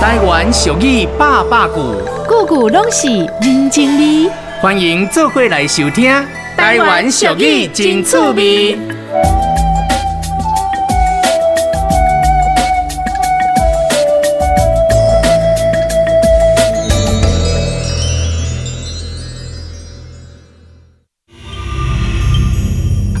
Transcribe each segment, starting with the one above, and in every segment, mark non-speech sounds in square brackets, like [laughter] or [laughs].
台湾俗语百百句，句句拢是人情味。欢迎做伙来收听。台湾俗语真趣味。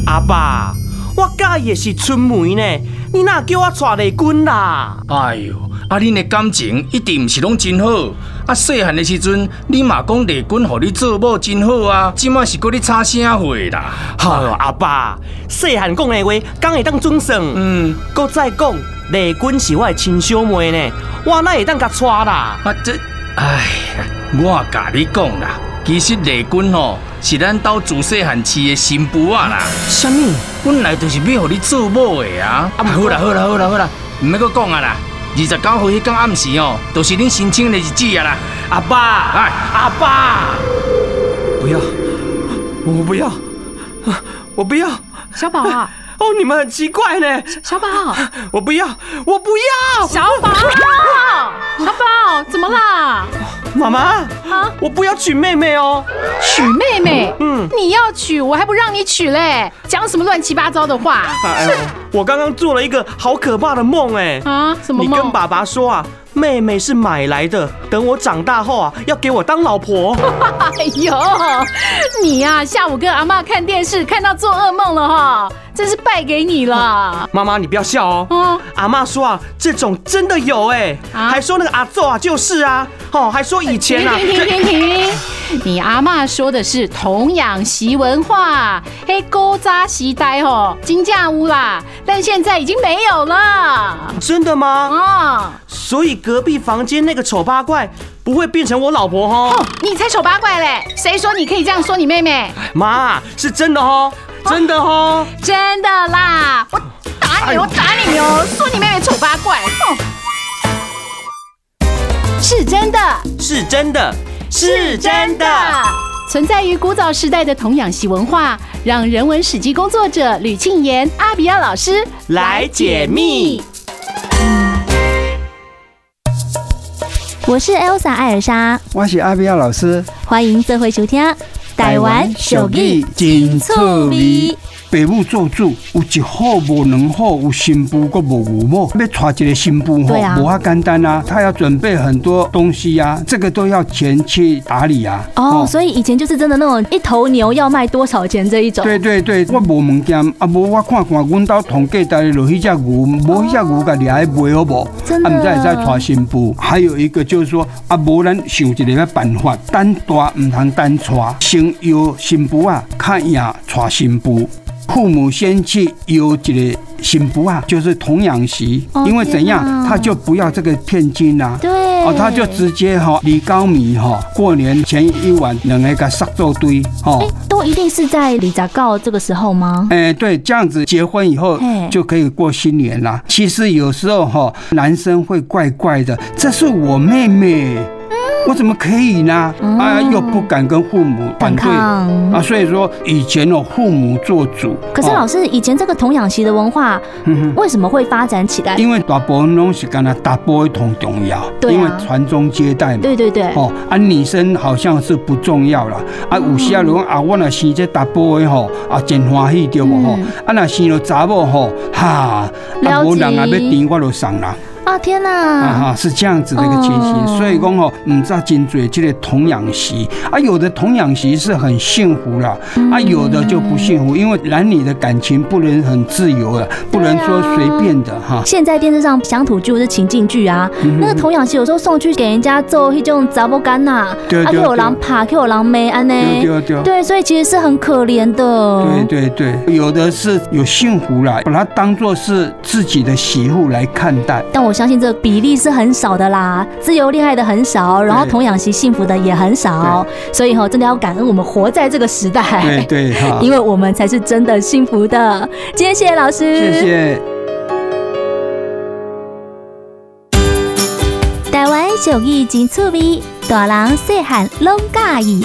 阿爸，啊我介意的是春梅呢，你哪叫我娶丽君啦？哎哟，啊，恁的感情一定毋是拢真好。啊，细汉的时阵，你嘛讲丽君互你做某真好啊，即满是搁你吵啥货啦？哈、阿爸，细汉讲的话，敢会当准算？嗯，搁再讲，丽君是我的亲小妹呢，我哪会当甲娶啦？啊这，哎，我也甲你讲啦，其实丽君吼是咱兜自细汉饲的新妇啊啦，什么？本来就是要互你做某的啊。啊，好啦好啦好啦好啦，毋免搁讲啊啦。二十九号迄天暗时哦，就是恁申请的日子啊啦。阿爸，哎阿爸，不要，我不要，啊我不要。小宝啊，哦，你们很奇怪呢，小宝，我不要，我不要，小宝，小宝，怎么啦？妈妈，啊，我不要娶妹妹哦。娶妹妹？嗯你要娶，我还不让你娶嘞！讲什么乱七八糟的话哎呦，我刚刚做了一个好可怕的梦哎。啊？什么你跟梦？爸爸说啊，妹妹是买来的，等我长大后啊，要给我当 [laughs] 老婆。哎呦，你呀、下午跟阿妈看电视，看到做噩梦了哈，真是败给你了。妈妈，你不要笑哦。哦，阿妈说啊，这种真的有哎、啊还说那个阿奏啊就是啊，哦，还说以前停 [laughs] 啊，停停停停！你阿妈说的是童养媳文化，嘿，勾扎席呆吼，金价屋啦，但现在已经没有了。真的吗？哦，所以隔壁房间那个丑八怪不会变成我老婆哦哦，你才丑八怪嘞！谁说你可以这样说你妹妹？妈是真的哦，真的哦。真的啦，我打你，我打你哦！说你妹妹丑八怪，哦，是真的，是真的，存在于古早时代的童养媳文化，让人文史迹工作者吕庆炎、阿比亚老师来解密。我是 Elsa 艾尔莎，我是阿比亚老师，欢迎做回收听《手艺真趣味。爸母做主，有一好无两好，有新妇佮无牛母，要娶一个新妇吼，对啊无遐简单啊，他要准备很多东西啊，这个都要前去打理啊。哦，所以以前就是真的那种一头牛要卖多少钱这一种。对对对，我无物件，啊无我看看，阮兜统计大概落迄只牛，无迄只牛甲掠来卖好无？真的啊，毋知会使娶新妇。还有一个就是说，啊无咱想一个要办法，单大毋通单娶，先邀新妇啊，较赢娶新妇。父母先去邀一个新妇啊，就是童养媳，哦因为怎样天哪，他就不要这个骗金啦、对哦，他就直接哈、李高米哈、过年前一晚两个给杀做堆哈。哎，都一定是在李杂告这个时候吗？哎，对，这样子结婚以后嘿就可以过新年啦。其实有时候哈，男生会怪怪的，这是我妹妹，我怎么可以呢？嗯啊，又不敢跟父母反反对啊，抗。所以说以前哦，父母做主。可是哦老师，以前这个童养媳的文化嗯哼为什么会发展起来？哦因为大部分拢是干那大部分同重要，对啊因为传宗接代嘛。对对对，哦，啊，女生好像是不重要啦。啊，有时啊，如果啊，我若生这达波的吼，啊，真欢喜对无吼嗯？啊，若生了查某吼，哈，啊，了无人啊要解甜我就送啦，啊天啊哪，哈，是这样子的一个情哦形。所以讲吼，唔知真侪这个童养媳，啊，有的童养媳是很幸福啦，嗯啊，有的就不幸福，因为男女的感情不能很自由了，不能说随便的哈。现在电视上乡土剧或是情境剧啊，嗯那个童养媳有时候送去给人家做迄种杂波干呐，对啊，给对我对狼爬，给我狼妹安呢。对对对。对，所以其实是很可怜的。对对对，有的是有幸福啦，把它当做是自己的媳妇来看待。但我相信这个比例是很少的啦，自由恋爱的很少，然后对童养媳幸福的也很少，所以吼、真的要感恩我们活在这个时对代，对哈，哎 [laughs] 因为我们才是真的幸福的。今天谢谢老师，谢谢。台湾俗语真趣味，大人细汉拢喜意。